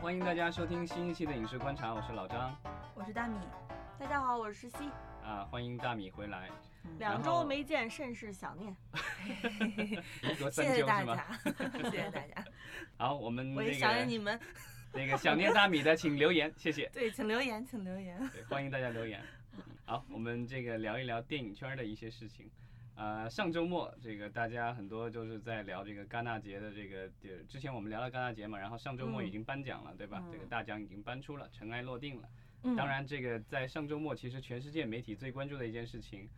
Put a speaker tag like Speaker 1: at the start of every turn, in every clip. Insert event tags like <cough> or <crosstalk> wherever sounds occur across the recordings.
Speaker 1: 欢迎大家收听新一期的影视观察，我是老张。
Speaker 2: 我是大米，
Speaker 3: 大家好，我是西，
Speaker 1: 啊，欢迎大米回
Speaker 3: <laughs>
Speaker 1: 来，
Speaker 3: 两
Speaker 1: 然后
Speaker 3: 周没见，甚是想念。
Speaker 1: 如隔 <laughs>
Speaker 2: 谢
Speaker 1: 三
Speaker 2: 谢
Speaker 1: 秋
Speaker 2: 大
Speaker 1: 是吗？ <laughs>
Speaker 2: 家，谢谢大家。
Speaker 1: 好，我们
Speaker 3: 我也
Speaker 1: 那
Speaker 3: 想念
Speaker 1: 个 <laughs>
Speaker 3: 你们，
Speaker 1: 那个想念大米的，请留言，谢谢。
Speaker 3: 对，请留言，请留言。
Speaker 1: 对，欢迎大家留言。嗯好，我们这个聊一聊电影圈的一些事情。呃，上周末这个大家很多就是在聊这个戛纳节的这个，呃之前我们聊了戛纳节嘛，然后上周末
Speaker 3: 嗯
Speaker 1: 已经颁奖了，对吧？
Speaker 3: 嗯
Speaker 1: 这个大奖已经颁出了，尘埃落定了。
Speaker 3: 嗯
Speaker 1: 当，然，这个在上周末，其实全世界媒体最关注的一件事情，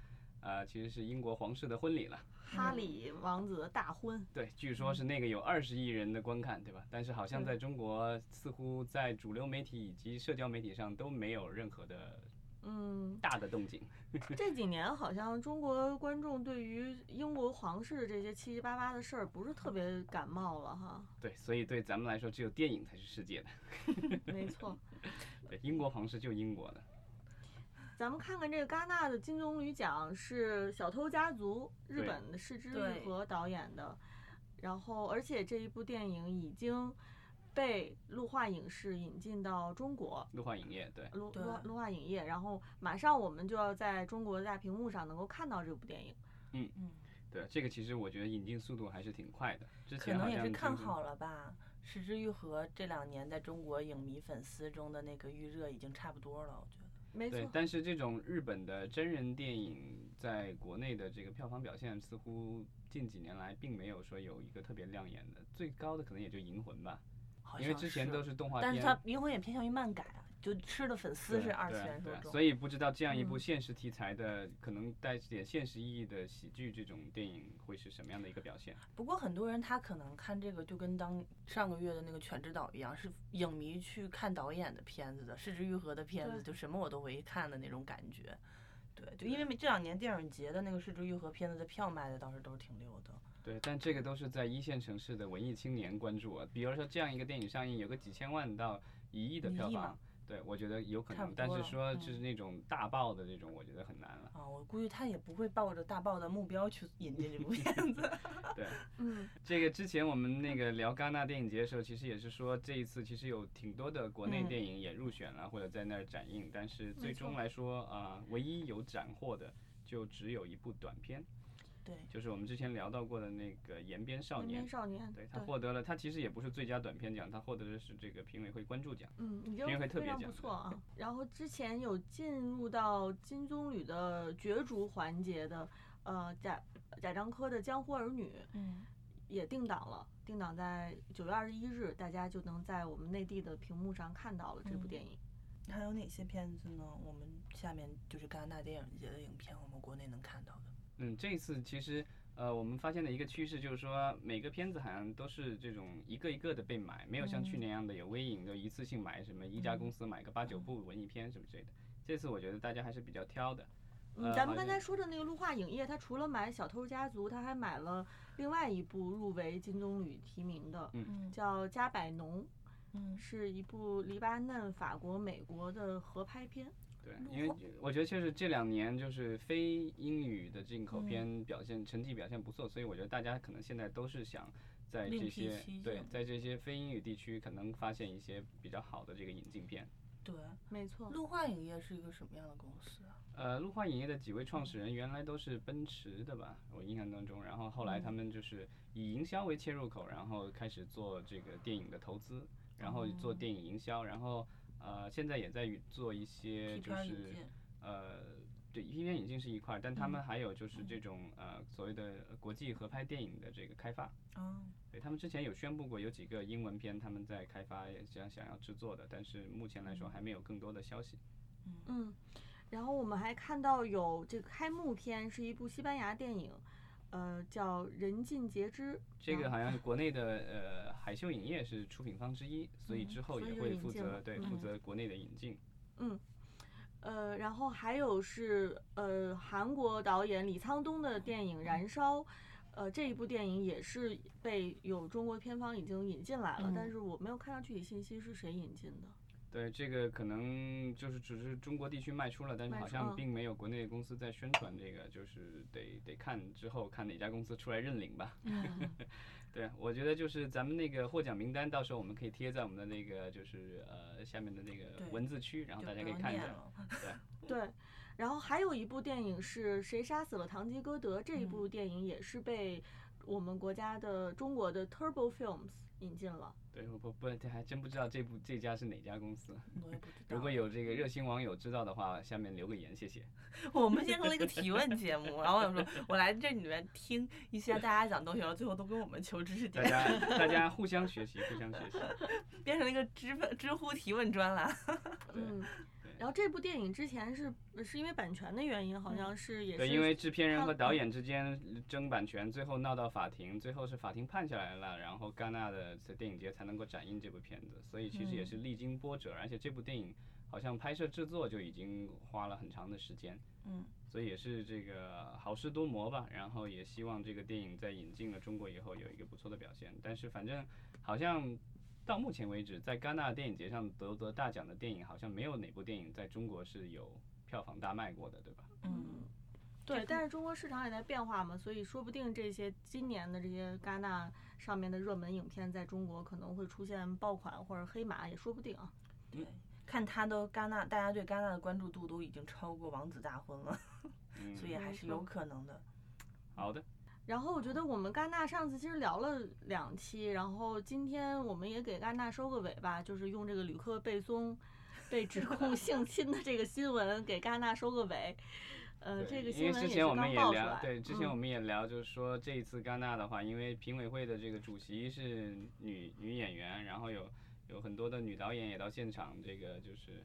Speaker 1: 呃，其实是英国皇室的婚礼了。
Speaker 3: 哈里王子的大婚，
Speaker 1: 对，据说是那个有二十亿人的观看，对吧？但是好像在中国，似乎在主流媒体以及社交媒体上都没有任何的
Speaker 3: 嗯，
Speaker 1: 大的动静。
Speaker 3: 这几年好像中国观众对于英国皇室这些七七八八的事儿不是特别感冒
Speaker 1: <laughs>
Speaker 3: 了哈。
Speaker 1: 对，所以对咱们来说，只有电影才是世界的。
Speaker 3: 没错，
Speaker 1: 对，英国皇室就英国的。
Speaker 3: 咱们看看这个戛纳的金棕榈奖是《小偷家族》，日
Speaker 1: 对
Speaker 3: 本的市之
Speaker 2: 对
Speaker 3: 愈和导演的，然后而且这一部电影已经被陆化影视引进到中国。
Speaker 1: 陆化影业，对，
Speaker 3: 陆
Speaker 2: 对
Speaker 3: 陆陆化影业，然后马上我们就要在中国的大屏幕上能够看到这部电影。
Speaker 2: 嗯，
Speaker 1: 对，这个其实我觉得引进速度还是挺快的。之
Speaker 2: 可
Speaker 1: 前好
Speaker 2: 能
Speaker 1: 像
Speaker 2: 也是
Speaker 1: 听
Speaker 2: 看
Speaker 1: 说
Speaker 2: 好了吧。石之愈合这两年在中国影迷粉丝中的那个预热已经差不多了，我觉得。
Speaker 3: 没错
Speaker 1: 对，，但是这种日本的真人电影在国内的这个票房表现，似乎近几年来并没有说有一个特别亮眼的，最高的可能也就《银魂》吧，
Speaker 2: 好
Speaker 1: 因为
Speaker 2: 像
Speaker 1: 之前都
Speaker 2: 是，
Speaker 1: 是动画片。
Speaker 2: 但是它《银魂》也偏向于漫改啊，就吃的粉丝
Speaker 1: 对
Speaker 2: 是二次
Speaker 1: 对
Speaker 2: 元受
Speaker 1: 对
Speaker 2: 众。
Speaker 1: 所以不知道这样一部
Speaker 3: 嗯
Speaker 1: 现实题材的，可能带点现实意义的喜剧这种电影会是什么样的一个表现？
Speaker 2: 不过很多人他可能看这个就跟当上个月的那个《犬之岛》一样，是影迷去看导演的片子的，是之愈合的片子，
Speaker 3: 对
Speaker 2: 就什么我都会看的那种感觉。对，就因为这两年电影节的那个《失之愈合》片子的票卖的倒是都是挺溜的。
Speaker 1: 对，但这个都是在一线城市的文艺青年关注啊。比如说这样一个电影上映，有个几千万到一亿的
Speaker 2: 一
Speaker 1: 票
Speaker 2: 亿
Speaker 1: 房
Speaker 2: 嘛，
Speaker 1: 对我觉得有可
Speaker 2: 差
Speaker 1: 能，
Speaker 2: 不
Speaker 1: 但
Speaker 2: 多
Speaker 1: 是
Speaker 2: 了
Speaker 1: 说
Speaker 2: 嗯
Speaker 1: 就是那种大爆的这种，我觉得很难了。
Speaker 2: 啊，我估计他也不会抱着大爆的目标去引进这部片子。
Speaker 1: 对，
Speaker 3: 嗯，
Speaker 1: 这个之前我们那个聊戛纳电影节的时候，其实也是说这一次其实有挺多的国内
Speaker 2: 嗯
Speaker 1: 电影也入选了、或者在那儿展映，但是最终来说啊、唯一有斩获的就只有一部短片，
Speaker 2: <laughs> 对，
Speaker 1: 就是我们之前聊到过的那个《延边少
Speaker 3: 人
Speaker 1: 年
Speaker 3: 民》。少年，
Speaker 1: 对他获得了，他其实也不是最佳短片奖，他获得的是这个评委会关注奖。
Speaker 3: 嗯，已经
Speaker 1: 评委会特
Speaker 3: 非
Speaker 1: 别
Speaker 3: 常
Speaker 1: 奖
Speaker 3: 不
Speaker 1: 的
Speaker 3: 错啊。然后之前有进入到金棕榈的角逐环节的，呃，贾贾樟柯的《江湖儿女
Speaker 2: 嗯，》
Speaker 3: 也定档了，定档在九月二十一日，大家就能在我们内地的屏幕上看到了这部
Speaker 2: 嗯
Speaker 3: 电影。
Speaker 2: 还有哪些片子呢？我们下面就是戛纳电影节的影片，我们国内能看到的。
Speaker 1: 嗯，这一次其实呃，我们发现的一个趋势就是说，每个片子好像都是这种一个一个的被买，没有像去
Speaker 2: 嗯
Speaker 1: 年一样的有微影就一次性买什么一家
Speaker 2: 嗯
Speaker 1: 公司买个八九部文艺片什么之类的。这次我觉得大家还是比较挑的。
Speaker 3: 嗯，
Speaker 1: 呃
Speaker 3: 咱
Speaker 1: 好
Speaker 3: 们刚
Speaker 1: 像
Speaker 3: 才说的那个陆化影业，他除了买《小偷家族》，他还买了另外一部入围金棕榈提名的，
Speaker 2: 嗯
Speaker 3: 叫《加百农
Speaker 2: 嗯》，
Speaker 3: 是一部黎巴嫩、法国、美国的合拍片。
Speaker 1: 对，因为我觉得确实这两年就是非英语的进口
Speaker 2: 嗯
Speaker 1: 片表现、成绩表现不错，所以我觉得大家可能现在都是想在
Speaker 2: 另
Speaker 1: 这
Speaker 2: 辟
Speaker 1: 些
Speaker 2: 蹊
Speaker 1: 对
Speaker 2: 径
Speaker 1: 在这些非英语地区可能发现一些比较好的这个引进片。
Speaker 2: 对，
Speaker 3: 没错，
Speaker 2: 陆化影业是一个什么样的公司啊？
Speaker 1: 呃，陆化影业的几位创始人原来都是奔驰的吧？我印象当中，然后后来他
Speaker 2: 嗯
Speaker 1: 们就是以营销为切入口，然后开始做这个电影的投资，然后做
Speaker 2: 哦
Speaker 1: 电影营销，然后呃，现在也在与做一些
Speaker 2: 批
Speaker 1: 就
Speaker 2: 片儿引
Speaker 1: 是
Speaker 2: 进。
Speaker 1: 呃，对，批片引进是一块儿，但他们还有就是
Speaker 2: 嗯
Speaker 1: 这种呃所谓的呃国际合拍电影的这个开发。
Speaker 2: 啊，
Speaker 1: 对他们之前有宣布过有几个英文片他们在开发，也想想要制作的，但是目前来说还没有更多的消息。
Speaker 2: 嗯，
Speaker 3: 嗯，然后我们还看到有这个开幕片是一部西班牙电影，呃，叫《人尽皆知》，
Speaker 1: 这个
Speaker 3: 然后
Speaker 1: 好像国内的呃海秀影业是出品方之一，所以之后
Speaker 3: 嗯所
Speaker 1: 也
Speaker 3: 以就
Speaker 1: 会
Speaker 3: 引
Speaker 1: 负
Speaker 3: 进
Speaker 1: 责
Speaker 3: 了
Speaker 1: 对
Speaker 3: 嗯
Speaker 1: 负责国内的引进。
Speaker 3: 呃，然后还有是呃韩国导演李沧东的电影《燃烧》，呃这一部电影也是被有中国片方已经引进来了，但
Speaker 2: 嗯
Speaker 3: 是我没有看到具体信息是谁引进的。
Speaker 1: 对，这个可能就是只是中国地区卖出了，但是
Speaker 3: 卖
Speaker 1: 好
Speaker 3: 出
Speaker 1: 像
Speaker 3: 嗯
Speaker 1: 并没有国内公司在宣传这个，就是得得看之后看哪家公司出来认领吧。
Speaker 3: 嗯，
Speaker 1: 对，我觉得就是咱们那个获奖名单，到时候我们可以贴在我们的那个就是呃下面的那个
Speaker 2: 对
Speaker 1: 文字区，然后
Speaker 2: 就
Speaker 1: 大家
Speaker 2: 不
Speaker 1: 可以
Speaker 2: 用
Speaker 1: 看一
Speaker 2: 念
Speaker 1: 下。
Speaker 2: 了。
Speaker 3: <laughs> 对，然后还有一部电影是《谁杀死了堂吉诃德》，这一部电影也是被我们国家的中国的 Turbo Films 引进了。
Speaker 1: 对，我不不，这还真不知道这部这家是哪家公司。
Speaker 2: 我也不知道。
Speaker 1: 如果有这个热心网友知道的话，下面留个言，谢谢。
Speaker 2: <laughs> 我们变成了一个提问节目，然后我说我来这里面听一些大家讲东西，然后最后都跟我们求知识
Speaker 1: 大
Speaker 2: 点，
Speaker 1: 家大家互相学习，互相学习。
Speaker 2: 变成了一个知问知乎提问专栏。
Speaker 1: 对
Speaker 3: 嗯
Speaker 1: 对，
Speaker 3: 然后这部电影之前是呃是因为版权的原因，好像是也是
Speaker 1: 对，因为制片人
Speaker 3: 他
Speaker 1: 和导演之间争版权，最后闹到法庭，最后是法庭判下来了，然后戛纳的电影节才能够展映这部片子，所以其实也
Speaker 2: 嗯
Speaker 1: 是历经波折，而且这部电影好像拍摄制作就已经花了很长的时间，
Speaker 2: 嗯，
Speaker 1: 所以也是这个好事多磨吧。然后也希望这个电影在引进了中国以后有一个不错的表现，但是反正好像。到目前为止，在戛纳电影节上得得大奖的电影，好像没有哪部电影在中国是有票房大卖过的，对吧？
Speaker 2: 嗯，
Speaker 3: 对
Speaker 2: 这，
Speaker 3: 但是中国市场也在变化嘛，所以说不定这些今年的这些戛纳上面的热门影片，在中国可能会出现爆款或者黑马，也说不定啊。
Speaker 2: 看他的戛纳，大家对戛纳的关注度都已经超过《王子大婚》了，
Speaker 1: 嗯，
Speaker 2: 所以还
Speaker 3: 没
Speaker 2: 是有
Speaker 3: 错
Speaker 2: 可能的。
Speaker 1: 好的。
Speaker 3: 然后我觉得我们戛纳上次其实聊了两期，然后今天我们也给戛纳收个尾吧，就是用这个旅客贝松被指控性侵的这个新闻给戛纳收个尾。呃，这
Speaker 1: 对
Speaker 3: 个
Speaker 1: 因为
Speaker 3: 新闻也
Speaker 1: 之
Speaker 3: 是
Speaker 1: 前我
Speaker 3: 刚
Speaker 1: 们也
Speaker 3: 爆出
Speaker 1: 聊
Speaker 3: 来，，
Speaker 1: 对，之前
Speaker 3: 嗯
Speaker 1: 我们也聊，就是说这一次戛纳的话，因为评委会的这个主席是女女演员，然后有有很多的女导演也到现场，这个就是。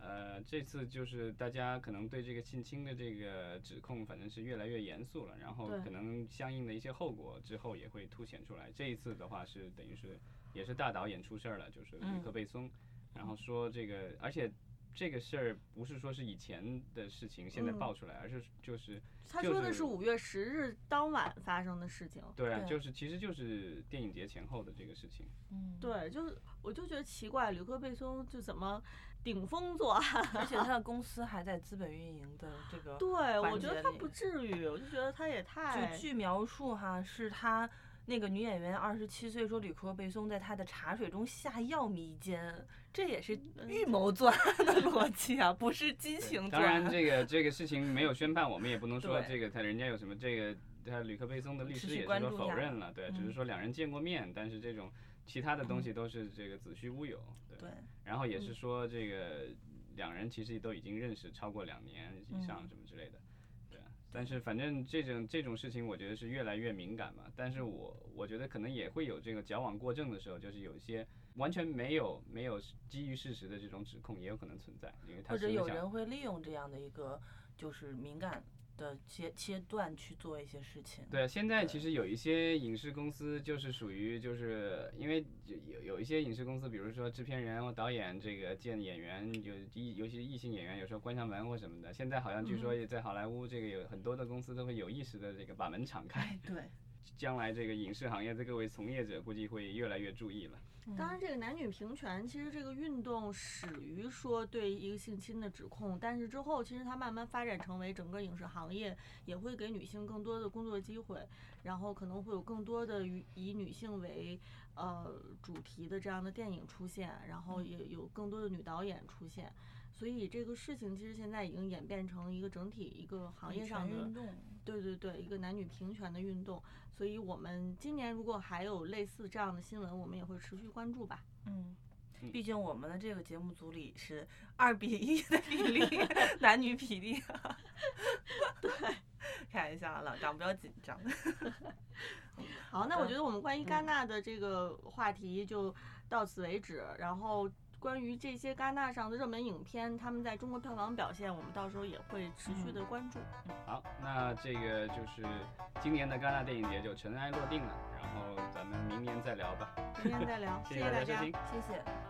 Speaker 1: 呃，这次就是大家可能对这个性侵的这个指控，反正是越来越严肃了，然后
Speaker 3: 对
Speaker 1: 可能相应的一些后果之后也会凸显出来。这一次的话是等于是也是大导演出事儿了，就是吕
Speaker 2: 嗯
Speaker 1: 克贝松，然后说这个，而且这个事儿不是说是以前的事情现在
Speaker 3: 嗯
Speaker 1: 爆出来，而是就是
Speaker 3: 他
Speaker 1: 就
Speaker 3: 说的
Speaker 1: 是
Speaker 3: 是五月十日当晚发生的事情。
Speaker 1: 对啊，
Speaker 2: 对
Speaker 1: 就是其实就是电影节前后的这个事情。
Speaker 2: 嗯，
Speaker 3: 对，就是我就觉得奇怪，吕克贝松就怎么顶风作案？ <laughs>
Speaker 2: 而且他的公司还在资本运营的这个
Speaker 3: 对，我
Speaker 2: 环
Speaker 3: 觉得
Speaker 2: 节
Speaker 3: 他
Speaker 2: 里
Speaker 3: 不至于，我就觉得他也太
Speaker 2: 就据描述哈，是他那个女演员二十七岁说吕克贝松在她的茶水中下药迷奸，这也是预谋作案的逻辑啊，不是激
Speaker 1: 对
Speaker 2: 情作
Speaker 1: 当然，
Speaker 2: 案。
Speaker 1: 这个这个事情没有宣判，我们也不能说
Speaker 2: 对
Speaker 1: 这个他人家有什么这个。他吕克贝松的律
Speaker 2: 持
Speaker 1: 师
Speaker 2: 续
Speaker 1: 也是
Speaker 2: 关
Speaker 1: 说
Speaker 2: 注
Speaker 1: 否
Speaker 2: 下
Speaker 1: 认了，对，只是
Speaker 2: 嗯
Speaker 1: 说两人见过面，但是这种其他的东西都是这个子虚乌有，对。
Speaker 2: 对，
Speaker 1: 然后也是
Speaker 3: 嗯
Speaker 1: 说这个两人其实都已经认识超过两年以上
Speaker 2: 嗯
Speaker 1: 什么之类的，对啊。但是反正这种这种事情，我觉得是越来越敏感嘛。但是我我觉得可能也会有这个矫枉过正的时候，就是有一些完全没有没有基于事实的这种指控也有可能存在，因为他
Speaker 2: 或者
Speaker 1: 实际
Speaker 2: 有
Speaker 1: 上
Speaker 2: 人会利用这样的一个就是敏感的切切断去做一些事情。
Speaker 1: 对，现在其
Speaker 2: 对
Speaker 1: 实有一些影视公司就是属于就是因为有有有一些影视公司，比如说制片人或导演这个见演员，有一尤其是异性演员，有时候关上门或什么的。现在好像据
Speaker 2: 嗯
Speaker 1: 说也在好莱坞这个有很多的公司都会有意识的这个把门敞开，
Speaker 2: 哎，对，
Speaker 1: 将来这个影视行业的各位从业者估计会越来越注意了。
Speaker 2: 嗯
Speaker 3: 当然，这个男女平权其实这个运动始于说对一个性侵的指控，但是之后其实它慢慢发展成为整个影视行业也会给女性更多的工作机会，然后可能会有更多的以以女性为呃主题的这样的电影出现，然
Speaker 2: 嗯
Speaker 3: 后也有更多的女导演出现，所以这个事情其实现在已经演变成一个整体一个行业上的
Speaker 2: 运动，
Speaker 3: 对对对，一个男女平权的运动，所以我们今年如果还有类似这样的新闻，我们也会持续关注吧。
Speaker 2: 嗯
Speaker 1: 嗯。
Speaker 2: 毕竟我们的这个节目组里是二比一的比例， <laughs> 男女比例、啊。 <laughs> 对，开玩笑啊，老张不要紧张。
Speaker 3: 好，那我
Speaker 2: 的
Speaker 3: 觉得我们关于戛纳的这个话题就到此为止，然后。关于这些戛纳上的热门影片，他们在中国票房表现，我们到时候也会持续的关注。
Speaker 1: 好，那这个就是今年的戛纳电影节就尘埃落定了，然后咱们明年再聊吧。
Speaker 3: 明天再聊，
Speaker 1: 谢
Speaker 3: 谢
Speaker 1: 谢
Speaker 3: 谢 <laughs>
Speaker 1: 大家
Speaker 3: 大
Speaker 1: 收
Speaker 3: 家
Speaker 1: 听。
Speaker 2: 谢谢。